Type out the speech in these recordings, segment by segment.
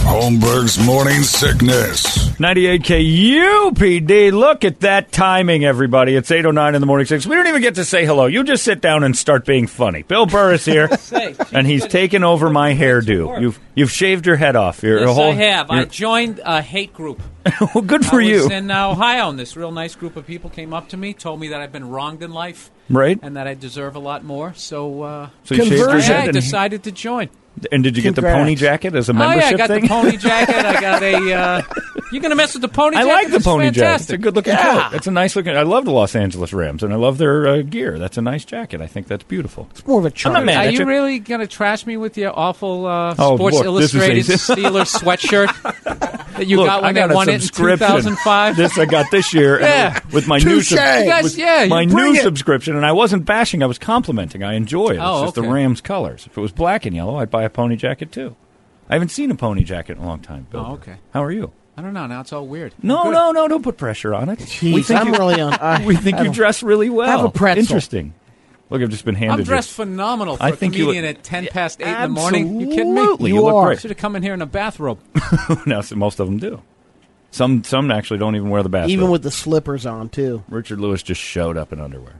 Holmberg's morning sickness. 98 KUPD. Look at that timing, everybody. It's 8.09 in the morning. Six. We don't even get to say hello. You just sit down and start being funny. Bill Burr is here, and he's taken over my hairdo. You've you've shaved your head off. Your Yes, whole, I have. I your- joined a hate group. well, good for I you. was in uh, Ohio, and this real nice group of people came up to me, told me that I've been wronged in life, Right. and that I deserve a lot more. So, uh, So you shaved your yeah, head I and- decided to join. and did you get the Congrats. pony jacket as a Oh yeah, I membership got thing? the pony jacket. I got a. Uh, you're gonna mess with the pony I jacket? like the This is pony jacket. It's fantastic. a good looking yeah. coat. It's a nice looking. I love the Los Angeles Rams, and I love their uh, gear. That's a nice jacket. I think that's beautiful. More of a I'm not charm. mad Are at you really gonna trash me with your awful uh, Oh, Sports look, this is a- Illustrated Steelers sweatshirt that you Look, got I when got they a won it in subscription. 2005? this I got this year and Yeah. with my new Touche. subscription. You guys- yeah, you my bring new it. subscription, and I wasn't bashing; I was complimenting. I enjoy it. It's Oh, just okay. the Rams colors. If it was black and yellow, I'd buy a pony jacket too. I haven't seen a pony jacket in a long time. Bill. Oh, okay. How are you? I don't know. Now it's all weird. No, Good. no, no! Don't put pressure on it. Jeez, I'm really on. I, We think I you don't- dress really well. Have a pretzel. Interesting. Look, I've just been handed. I'm dressed It. phenomenal for I a think you comedian look- at 10 past 8 in the morning. You kidding me? Absolutely. You You look are. great. Should have come in here in a bathrobe. now, so most of them do. Some some actually don't even wear the bathrobe. even with the slippers on too. Richard Lewis just showed up in underwear.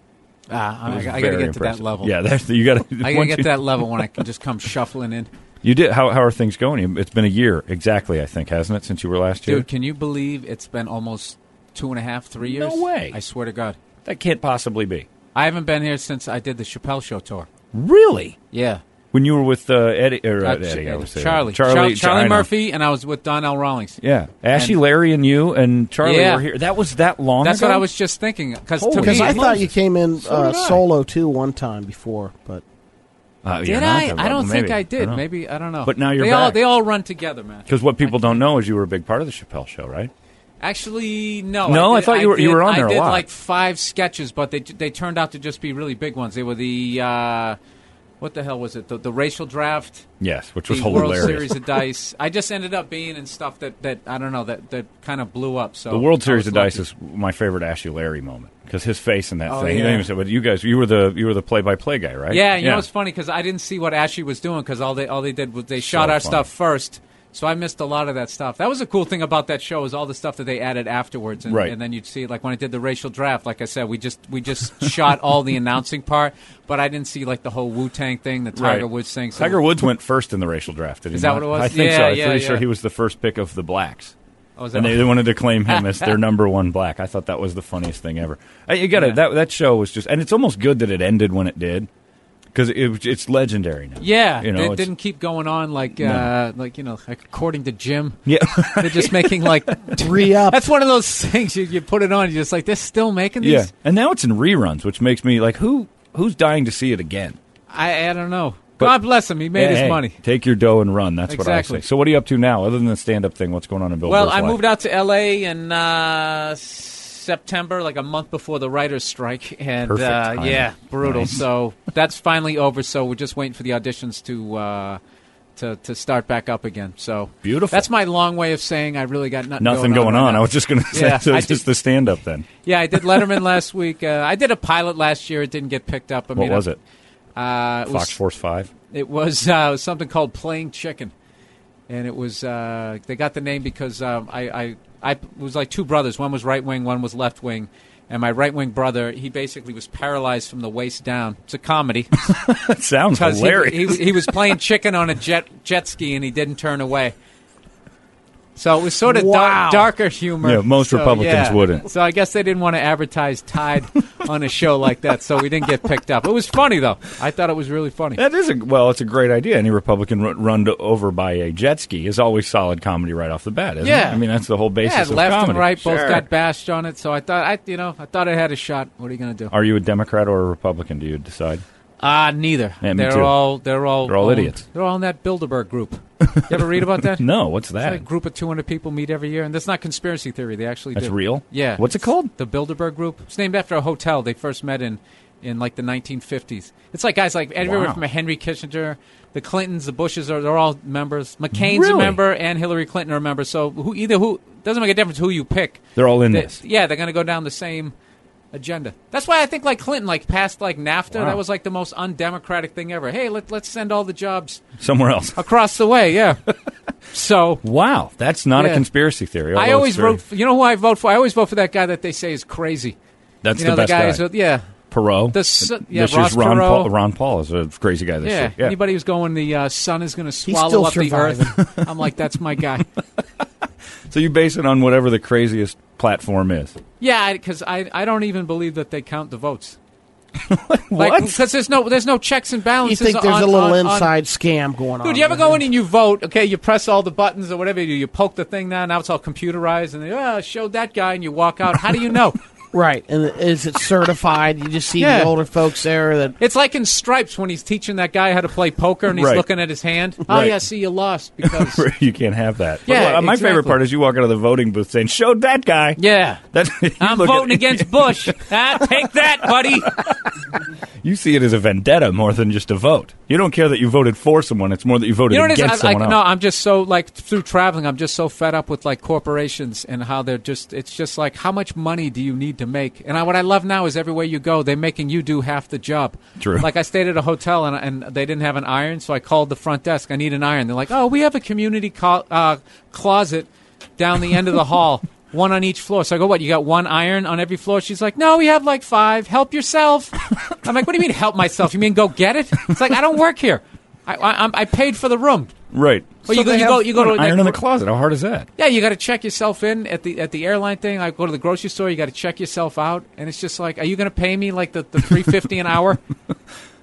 Ah, It was I, got very to get to impressive. that level. Yeah, that's, you got to. I got to get to that level when I can just come shuffling in. You did. How, how are things going? You- It's been a year exactly, I think, hasn't it, since you were last year? Dude, can you believe it's been almost two and a half, three No years? way. I swear to God. that can't possibly be. I haven't been here since I did the Chappelle Show tour. Really? Yeah. When you were with uh, Eddie, or, uh, Uh, Eddie I would say. Charlie. Char- Charlie, Charlie, Char- I know. Murphy, and I was with Donnell Rawlings. Yeah, Ashley, And- Larry, and you and Charlie Yeah. were here. That was that long. That's ago? what I was just thinking. Because oh Holy to me, Because I Moses. thought you came in So uh, did I. solo too one time before, but Uh, yeah, did not I? that I long, don't think maybe. I did. Maybe I don't know. But now you're they all back. they all run together, man. Because what people don't know is you were a big part of the Chappelle show, right? Actually, no. No, I did- thought you were- you did- were on I there a did lot. like five sketches, but they they turned out to just be really big ones. They were the uh, what the hell was it? The, the racial draft, Yes, which was the hilarious. World Series of Dice. I just ended up being in stuff that, that I don't know that, that kind of blew up. So The World I Series was of Dice lucky. is my favorite Ashley Larry moment because his face in that Oh, thing. He yeah. didn't even say, but you guys, you were the you were the play by play guy, right? Yeah, you know it's funny because I didn't see what Ashley was doing because all they all they did was they shot So our funny. stuff first. So I missed a lot of that stuff. That was a cool thing about that show is all the stuff that they added afterwards, and, Right. and then you'd see like when I did the racial draft. Like I said, we just we just shot all the announcing part, but I didn't see like the whole Wu Tang thing, the Tiger Right. Woods thing. So Tiger Woods went first in the racial draft. Did he Is that not? what it was? I think Yeah, so. I'm yeah, pretty sure yeah. he was the first pick of the blacks. Oh, is that and they what- wanted to claim him as their number one black. I thought that was the funniest thing ever. Uh, You got to Yeah. that that show was just, and it's almost good that it ended when it did because it, it's legendary now. yeah, you know, they it's- didn't keep going on like uh, like you know like according to Jim. Yeah, They're just making like re up. that's one of those things you, you put it on. You're just like they're still making these. yeah. And now it's in reruns, which makes me like, who who's dying to see it again? I, I don't know. But- God bless him. He made Hey, his hey, money. Take your dough and run. That's what I Exactly. say. So, what are you up to now, other than the stand-up thing? What's going on in Bill? Well, Burr's I life? moved out to L.A. in uh, September, like a month before the writers' strike, and Perfect uh, timing. yeah, brutal. Nice. So that's finally over. So we're just waiting for the auditions to uh, to to start back up again. So Beautiful. That's my long way of saying I really got nothing, Nothing going on. right now. I was just going to say, Yeah, so I it's just did- the stand-up then. yeah, I did Letterman last week. Uh, I did a pilot last year. It didn't get picked up. I What mean, was it? Uh, it Fox was Force Five. It was uh, it was something called Playing Chicken, and it was uh, they got the name because um, I, I I it was like two brothers. One was right wing, one was left wing, and my right wing brother he basically was paralyzed from the waist down. It's a comedy That sounds because hilarious. he, he was playing chicken on a jet jet ski and he didn't turn away. So it was sort of dar- Wow. darker humor. Yeah, most So, Republicans yeah. wouldn't. So I guess they didn't want to advertise Tide on a show like that, so we didn't get picked up. It was funny though. I thought it was really funny. That is a well. It's a great idea. Any Republican run, run to, over by a jet ski is always solid comedy right off the bat. Isn't Yeah. it? I mean that's the whole basis Yeah, of left comedy. and right both Sure. got bashed on it, so I thought I, you know, I thought I had a shot. What are you going to do? Are you a Democrat or a Republican? Do you decide? Ah, neither. Yeah, me they're too. all they're all They're all owned- idiots. They're all in that Bilderberg group. You ever read about that? No. What's that? It's like a group of 200 people meet every year, and that's not conspiracy theory. They actually That's do. real? Yeah. What's it It's called? The Bilderberg Group. It's named after a hotel they first met in, in like the 1950s. It's like guys like everywhere Wow. from Henry Kissinger, the Clintons, the Bushes are they're all members. McCain's Really? a member, and Hillary Clinton are a member. So who either who doesn't make a difference who you pick. They're all in They- this. Yeah, they're going to go down the same agenda. That's why I think like Clinton like passed like NAFTA. Wow. That was like the most undemocratic thing ever. Hey, let, let's send all the jobs Somewhere else. across the way. Yeah. so Wow, that's not a Yeah. conspiracy theory. I although always it's very- vote. For, you know who I vote for? I always vote for that guy that they say is crazy. That's you know, the best guys guy. with yeah, Perot. The s- yeah, this Ross year's Ron Perot. Paul. Ron Paul is a crazy guy this yeah. year. Yeah. Anybody who's going, the uh, sun is going to still swallow up surviving. the earth. I'm like, that's my guy. So you base it on whatever the craziest platform is. yeah, because I, I don't even believe that they count the votes. What? Because there's no there's no checks and You balances. think there's on- a little on- on- inside scam going on? Dude, you ever there. go in and you vote? Okay, you press all the buttons or whatever you do. You poke the thing down. Now it's all computerized, and they oh, showed that guy, and you walk out. How do you know? Right, and is it certified? You just see Yeah. the older folks there that It's like in Stripes when he's teaching that guy how to play poker and he's Right. looking at his hand. Oh Right. yeah, see you lost because you can't have that. But Yeah, my favorite exactly. part is you walk out of the voting booth saying, "Showed that guy." yeah. That, you I'm look voting at, against Bush. ah, take that, buddy. You see it as a vendetta more than just a vote. You don't care that you voted for someone; it's more that you voted You know what it against is? I, I, someone no, else. I'm just so like through traveling, I'm just so fed up with like corporations and how they're just. It's just like how much money do you need to make? And I, what I love now is everywhere you go, they're making you do half the job. True. Like I stayed at a hotel and, and they didn't have an iron, so I called the front desk. I need an iron. They're like, oh, we have a community co- uh, closet down the end of the hall. One on each floor. So I go, what? You got one iron on every floor? She's like, no, we have like five. Help yourself. I'm like, what do you mean, help myself? You mean go get it? It's like, I don't work here. I, I, I'm- I paid for the room. right? Well, you go- they you go- have you go to, an like, iron in the r- closet. How hard is that? Yeah, you got to check yourself in at the at the airline thing. I go to the grocery store. You got to check yourself out, and it's just like, are you going to pay me like the, the three fifty an hour?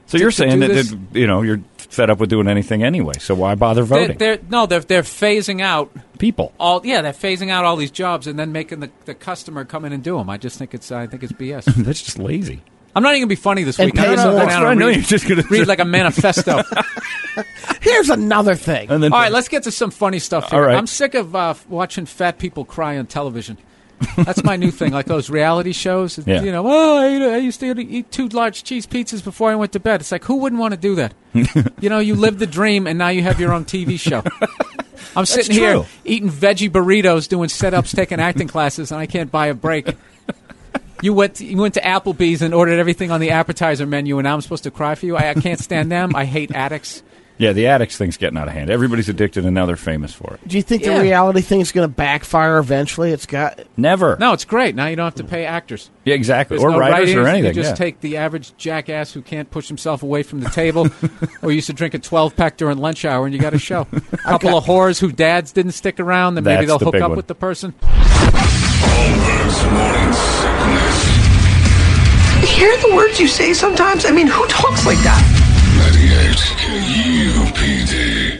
So you're to saying do that, this- that you know you're fed up with doing anything anyway. So why bother They're, voting? they're, no, they're they're phasing out People. all. Yeah, they're phasing out all these jobs and then making the, the customer come in and do them. I just think it's I think it's BS. That's just lazy. I'm not even gonna be funny this And week. pay I'm just more. gonna go That's down right. and No, read- you're just gonna- read like a manifesto. here's another thing. And then All right, let's get to some funny stuff here. All right. I'm sick of uh, f- watching fat people cry on television. That's my new thing, like those reality shows. Yeah. You know, oh, I, ate- I used to eat- eat two large cheese pizzas before I went to bed. It's like, who wouldn't want to do that? you know, you lived the dream, and now you have your own TV show. I'm sitting true. here eating veggie burritos, doing setups, taking acting classes, and I can't buy a break. You went to, you went to Applebee's and ordered everything on the appetizer menu, and now I'm supposed to cry for you. I, I can't stand them. I hate addicts. Yeah, the addicts thing's getting out of hand. Everybody's addicted, and now they're famous for it. Do you think Yeah. the reality thing is going to backfire eventually? It's got Never. No, it's great. Now you don't have to pay actors. Yeah, exactly. There's or no writers, or writings. anything. You just yeah. take the average jackass who can't push himself away from the table, or used to drink a 12 pack during lunch hour, and you got a show. A couple of whores who dads didn't stick around, then maybe That's they'll the hook big up one. with the person. Holmberg's morning sickness. hear the words you say sometimes? I mean, who talks like that? 98 KUPD.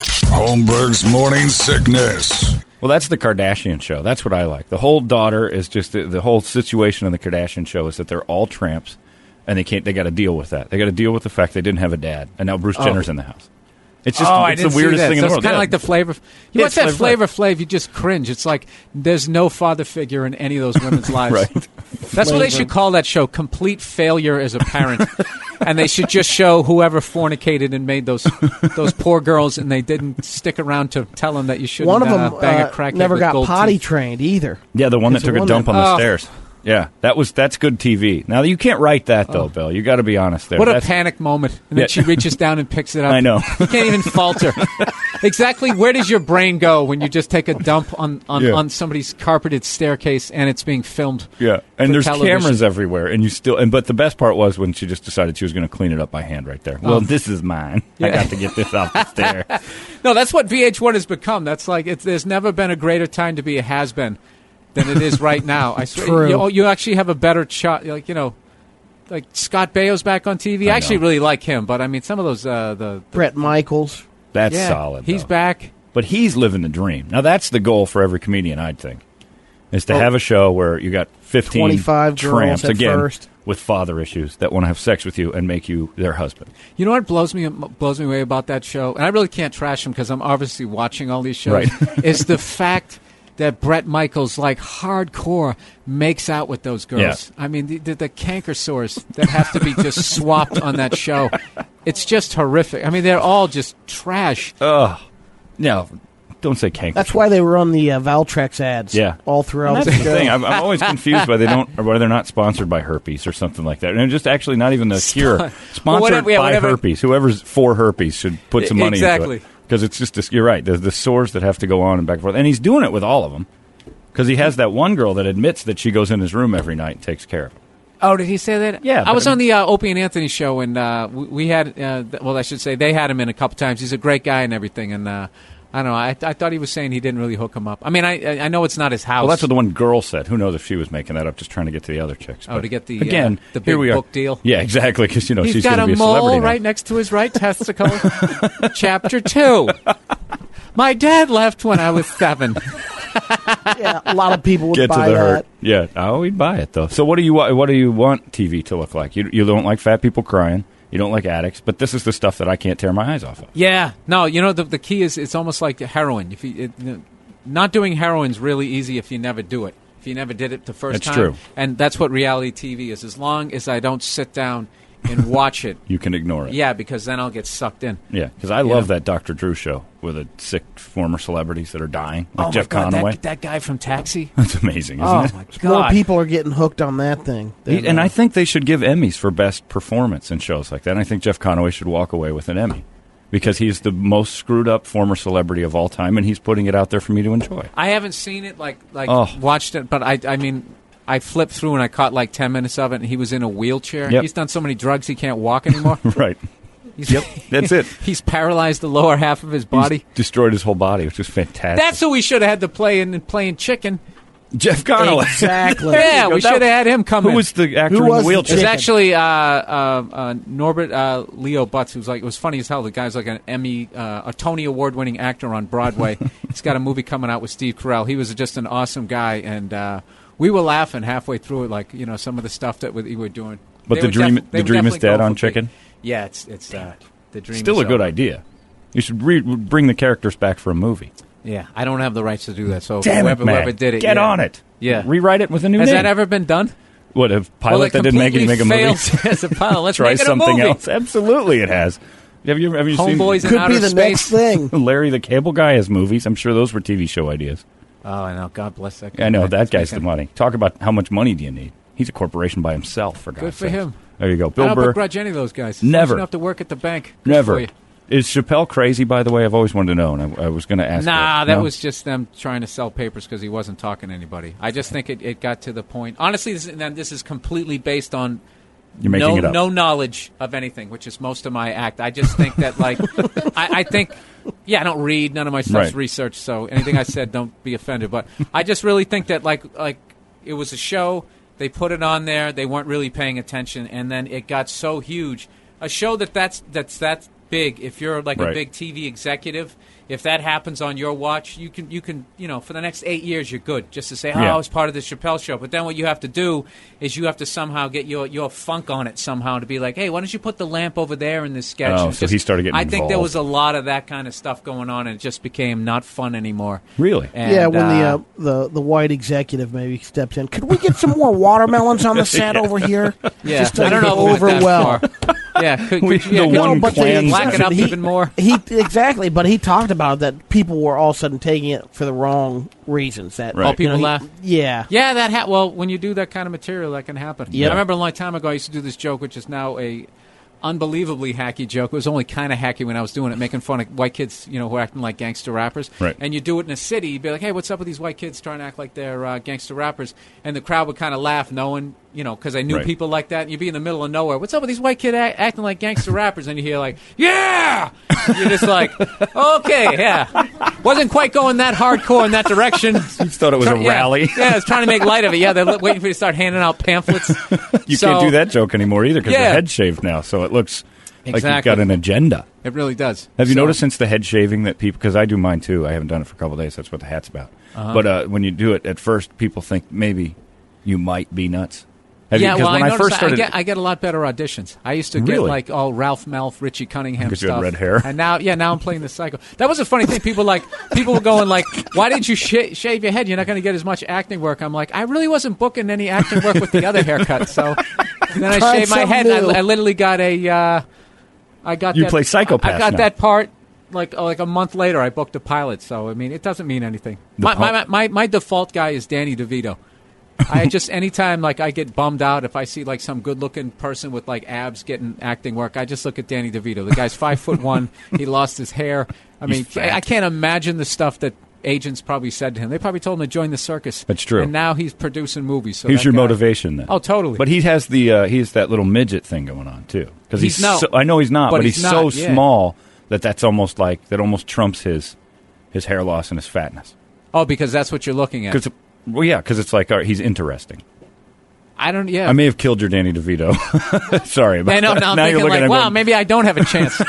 Holmberg's morning sickness. Well, that's the Kardashian show. That's what I like. The whole daughter is just the, the whole situation in the Kardashian show is that they're all tramps, and they can't. They got to deal with that. They got to deal with the fact they didn't have a dad, and now Bruce Jenner's in the house. It's just oh, I it's didn't the see weirdest that. thing in so the world. It's kind Yeah. of like the flavor. You Yeah, watch it's that Flavor flavor Flav, you just cringe. It's like there's no father figure in any of those women's lives. Right. That's what they flavor. should call that show. Complete failure as a parent, and they should just show whoever fornicated and made those those poor girls, and they didn't stick around to tell them that you shouldn't One of them uh, bang uh, a crackhead never with got gold potty teeth. trained either. Yeah, the one It's that took a one dump on the Oh. stairs. Yeah, that was that's good TV. Now you can't write that though, Bill. You got to be honest there. Oh. What a That's- panic moment! And then Yeah. she reaches down and picks it up. I know. you can't even falter. exactly, where does your brain go when you just take a dump on on, Yeah. on somebody's carpeted staircase and it's being filmed? Yeah, and for there's television? cameras everywhere, and you still. And but the best part was when she just decided she was going to clean it up by hand right there. Well, Oh. this is mine. I got to get this off the stair. No, that's what VH1 has become. That's like it's, there's never been a greater time to be a has been than it is right now. I swear, True. You, you actually have a better shot. Like you know, like Scott Baio's back on TV. I, I actually know. really like him, but I mean, some of those uh, the, the Brett Michaels. That's yeah, solid. He's though. back. but he's living the dream. Now that's the goal for every comedian, I'd think, is to have a show where you got 15 25 girls tramps at again first. with father issues that want to have sex with you and make you their husband. You know what blows me blows me away about that show, and I really can't trash him because I'm obviously watching all these shows. Right. is the fact that Brett Michaels, like hardcore, makes out with those girls. I mean, the, the, the canker sores that have to be just swapped on that show. It's just horrific. I mean, they're all just trash. Uh, No, don't say canker. That's why they were on the uh, Valtrex ads. Yeah. all throughout That's the the show. thing. I'm, I'm always confused why they don't, or why they're not sponsored by herpes or something like that. And they're just actually not even the cure. Sponsored whatever- yeah, by whatever- herpes. Whoever's for herpes should put some E- money exactly. into it. Because it's just, this, you're right, the, the sores that have to go on and back and forth. And he's doing it with all of them. Because he has that one girl that admits that she goes in his room every night and takes care of him. Oh, did he say that? Yeah, I but- was on the uh, Opie and Anthony show, and uh, we, we had, uh, th- well, I should say, they had him in a couple times. He's a great guy and everything, and uh, I don't know. I, I thought he was saying he didn't really hook him up. I mean, I, I- I know it's not his house. Well, that's what the one girl said. Who knows if she was making that up, just trying to get to the other chicks. Oh, But to get the, uh, again, the big here we are. book deal. Yeah, exactly. Because you know He's she's got going to a be a mole celebrity now. right next to his right testicle. Chapter two. My dad left when I was seven. yeah, a lot of people would get to buy the that. hurt. Yeah, oh, we'd buy it though. So what do you wa- what do you want TV to look like? You you don't like fat people crying. You don't like addicts, but this is the stuff that I can't tear my eyes off of. Yeah. No, you know the the key is it's almost like heroin. If you, it, not doing heroin's really easy if you never do it. If you never did it the first That's time. true. And that's what reality TV is. As long as I don't sit down and watch it. You can ignore it. Yeah, because then I'll get sucked in. yeah, because I love Yeah. that Dr. Drew show with the sick former celebrities that are dying, like oh Jeff my God, Conaway. That, that guy from Taxi. That's amazing, isn't Oh it? my God. More people are getting hooked on that thing. than, He- and uh, I think they should give Emmys for best performance in shows like that. And I think Jeff Conaway should walk away with an Emmy because he's the most screwed up former celebrity of all time, and he's putting it out there for me to enjoy. I haven't seen it like like Oh. watched it, but I I mean I flipped through and I caught like ten minutes of it, and he was in a wheelchair. Yep. He's done so many drugs he can't walk anymore. Right. He's, Yep. That's it. he's paralyzed the lower half of his body. He's destroyed his whole body, which is fantastic. That's who we should have had to play in playing chicken. Jeff Conaway. exactly. Yeah, go. we That- should have had him come Who in. was the actor Who in was the the wheelchair? It's chicken? actually uh, uh, uh, Norbert uh, Leo Butz, who's like it was funny as hell. The guy's like an Emmy, uh, a Tony award-winning actor on Broadway. He's got a movie coming out with Steve Carell. He was just an awesome guy, and uh, we were laughing halfway through it, like you know some of the stuff that we, we were doing. But They the were dream- they the were dream is definitely dead going on for chicken? big- Yeah, it's it's uh, the dream. Still is a good over. idea. You should re- bring the characters back for a movie. Yeah, I don't have the rights to do that. So Damn whoever, it, Matt. whoever did it, Get yeah. on it. Yeah. Rewrite it with a new Has name. that ever been done? What, a pilot well, it that didn't make it completely make a movie? fails as a pilot. Let's Try make it a something movie. else. Absolutely it has. Have you, have you seen Homeboys in Could be outer the space. next thing. Larry the Cable Guy has movies? I'm sure those were TV show ideas. Oh, I know. God bless that guy. I know, Man, that guy's the speaking- money. Talk about how much money do you need. He's a corporation by himself, for God's for sakes. him. There you go. I Bill don't Burr. begrudge any of those guys. As long as Never. You don't have to work at the bank. Good for Never. you. Is Chappelle crazy, by the way? I've always wanted to know, and I, I was going to ask. Nah, that No? was just them trying to sell papers because he wasn't talking to anybody. I just think it, it got to the point. Honestly, this, and this is completely based on You're making no it up. no knowledge of anything, which is most of my act. I just think that like I, I think yeah, I don't read none of my stuff's Right. research, so anything I said, don't be offended. But I just really think that like like it was a show. They put it on there. They weren't really paying attention, and then it got so huge. A show that that's that's that big, if you're like Right. a big TV executive, if that happens on your watch, you can you can you know for the next eight years you're good. Just to say, oh, Yeah. I was part of the Chappelle show. But then what you have to do is you have to somehow get your your funk on it somehow to be like, hey, why don't you put the lamp over there in this sketch? Oh, And so he started getting I think there involved. was a lot of that kind of stuff going on, and it just became not fun anymore. Really? And, yeah, when uh, the uh, the the white executive maybe stepped in. Could we get some more watermelons on the set over here? Yeah, Just to I don't know. if we went that overwhelm. far. yeah, could, We- could, you- yeah, the could you one but the clan executive- black it up he- even more. He exactly, but he talked about that people were all of a sudden taking it for the wrong reasons. That Right. Oh, people he- laugh. Yeah, Yeah, that ha- well, when you do that kind of material, that can happen. Yeah. I remember a long time ago, I used to do this joke, which is now a unbelievably hacky joke. It was only kind of hacky when I was doing it, making fun of white kids, you know, who are acting like gangster rappers. Right. And you do it in a city, you'd be like, "Hey, what's up with these white kids trying to act like they're uh, gangster rappers?" And the crowd would kind of laugh, knowing, you know, because I knew Right. people like that. And you'd be in the middle of nowhere. What's up with these white kids act- acting like gangster rappers? And you hear like, "Yeah," you're just like, "Okay, yeah." Wasn't quite going that hardcore in that direction. You thought it was a Try- yeah. rally. Yeah, it's trying to make light of it. Yeah, they're li- waiting for you to start handing out pamphlets. You So- can't do that joke anymore either because the Yeah. head's shaved now, so it looks like you've Exactly. got an agenda. It really does. Have you So- noticed since the head shaving that people? Because I do mine too. I haven't done it for a couple of days. That's what the hat's about. Uh-huh. But uh, when you do it at first, people think maybe you might be nuts. Have yeah, you, 'cause well, when I, I, noticed first I- started, I get, I get a lot better auditions. I used to get Really? like all Ralph Malph, Richie Cunningham Because you had stuff. red hair. And now, yeah, now I'm playing the psycho. That was a funny thing. People like people were going like, "Why did you sh- shave your head? You're not going to get as much acting work." I'm like, I really wasn't booking any acting work with the other haircut. So and then I Try shaved my something head. new. I, I literally got a. Uh, I got You that, play psychopath I got now. that part like oh, like a month later. I booked a pilot, so I mean it doesn't mean anything. The My, pil- my, my my default guy is Danny DeVito. I just anytime like I get bummed out if I see like some good looking person with like abs getting acting work, I just look at Danny DeVito. The guy's five foot one. He lost his hair. I He's mean, fat. I I can't imagine the stuff that agents probably said to him. They probably told him to join the circus. That's true. And now he's producing movies. So here's that your guy- motivation. Then. Oh, totally. But he has the uh, he's that little midget thing going on too. Because he's, He's not. so, I know he's not, but, But he's, he's not, so yeah. small that that's almost like that almost trumps his his hair loss and his fatness. Oh, because that's what you're looking at. Because well, yeah, because it's like all right, he's interesting. I don't. Yeah. I may have killed your Danny DeVito. Sorry about I know, that. now I'm now you're thinking looking like, at him wow, going, maybe I don't have a chance.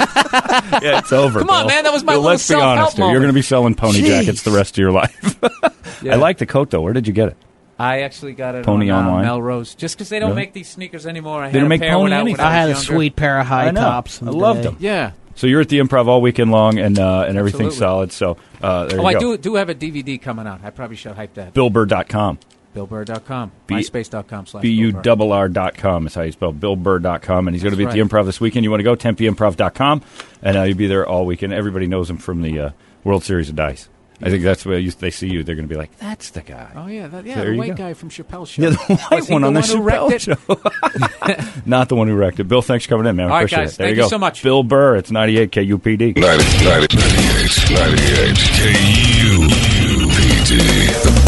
yeah, it's over. Come on, Bill. man, that was my Bill, little Let's be self-help honest here. You're moment. going to be selling pony Jeez. jackets the rest of your life. I like the coat though. Where did you get it? I actually got it Pony on, uh, online? Melrose just because they don't Really? make these sneakers anymore. I don't had a make pair pony when I, when anything. I had a was younger. sweet pair of high I know. tops. uh, in I the loved day. them. Yeah. So you're at the Improv all weekend long, and uh, and everything's solid. Absolutely. So uh, there Oh, you I go. do do have a DVD coming out. I probably should hype that. BillBurr.com. BillBurr.com, B- MySpace.com slash B U Bill Burr. double R dot com is how you spell BillBurr.com. And he's going to be at That's the right. Improv this weekend. You want to go? TempeImprov.com. And uh, you'll be there all weekend. Everybody knows him from the uh, World Series of Dice. I think that's where you, they see you. They're going to be like, that's the guy. Oh yeah, that, yeah, There the you white go. guy from Chappelle's show. Yeah, the white Was he one the on the who wrecked Chappelle it? show. Not the one who wrecked it. Bill, thanks for coming in, man. I All right, appreciate guys. it. There Thank you go. you so much. Bill Burr, it's 98 KUPD. 90, 90, 98, 98 KUPD.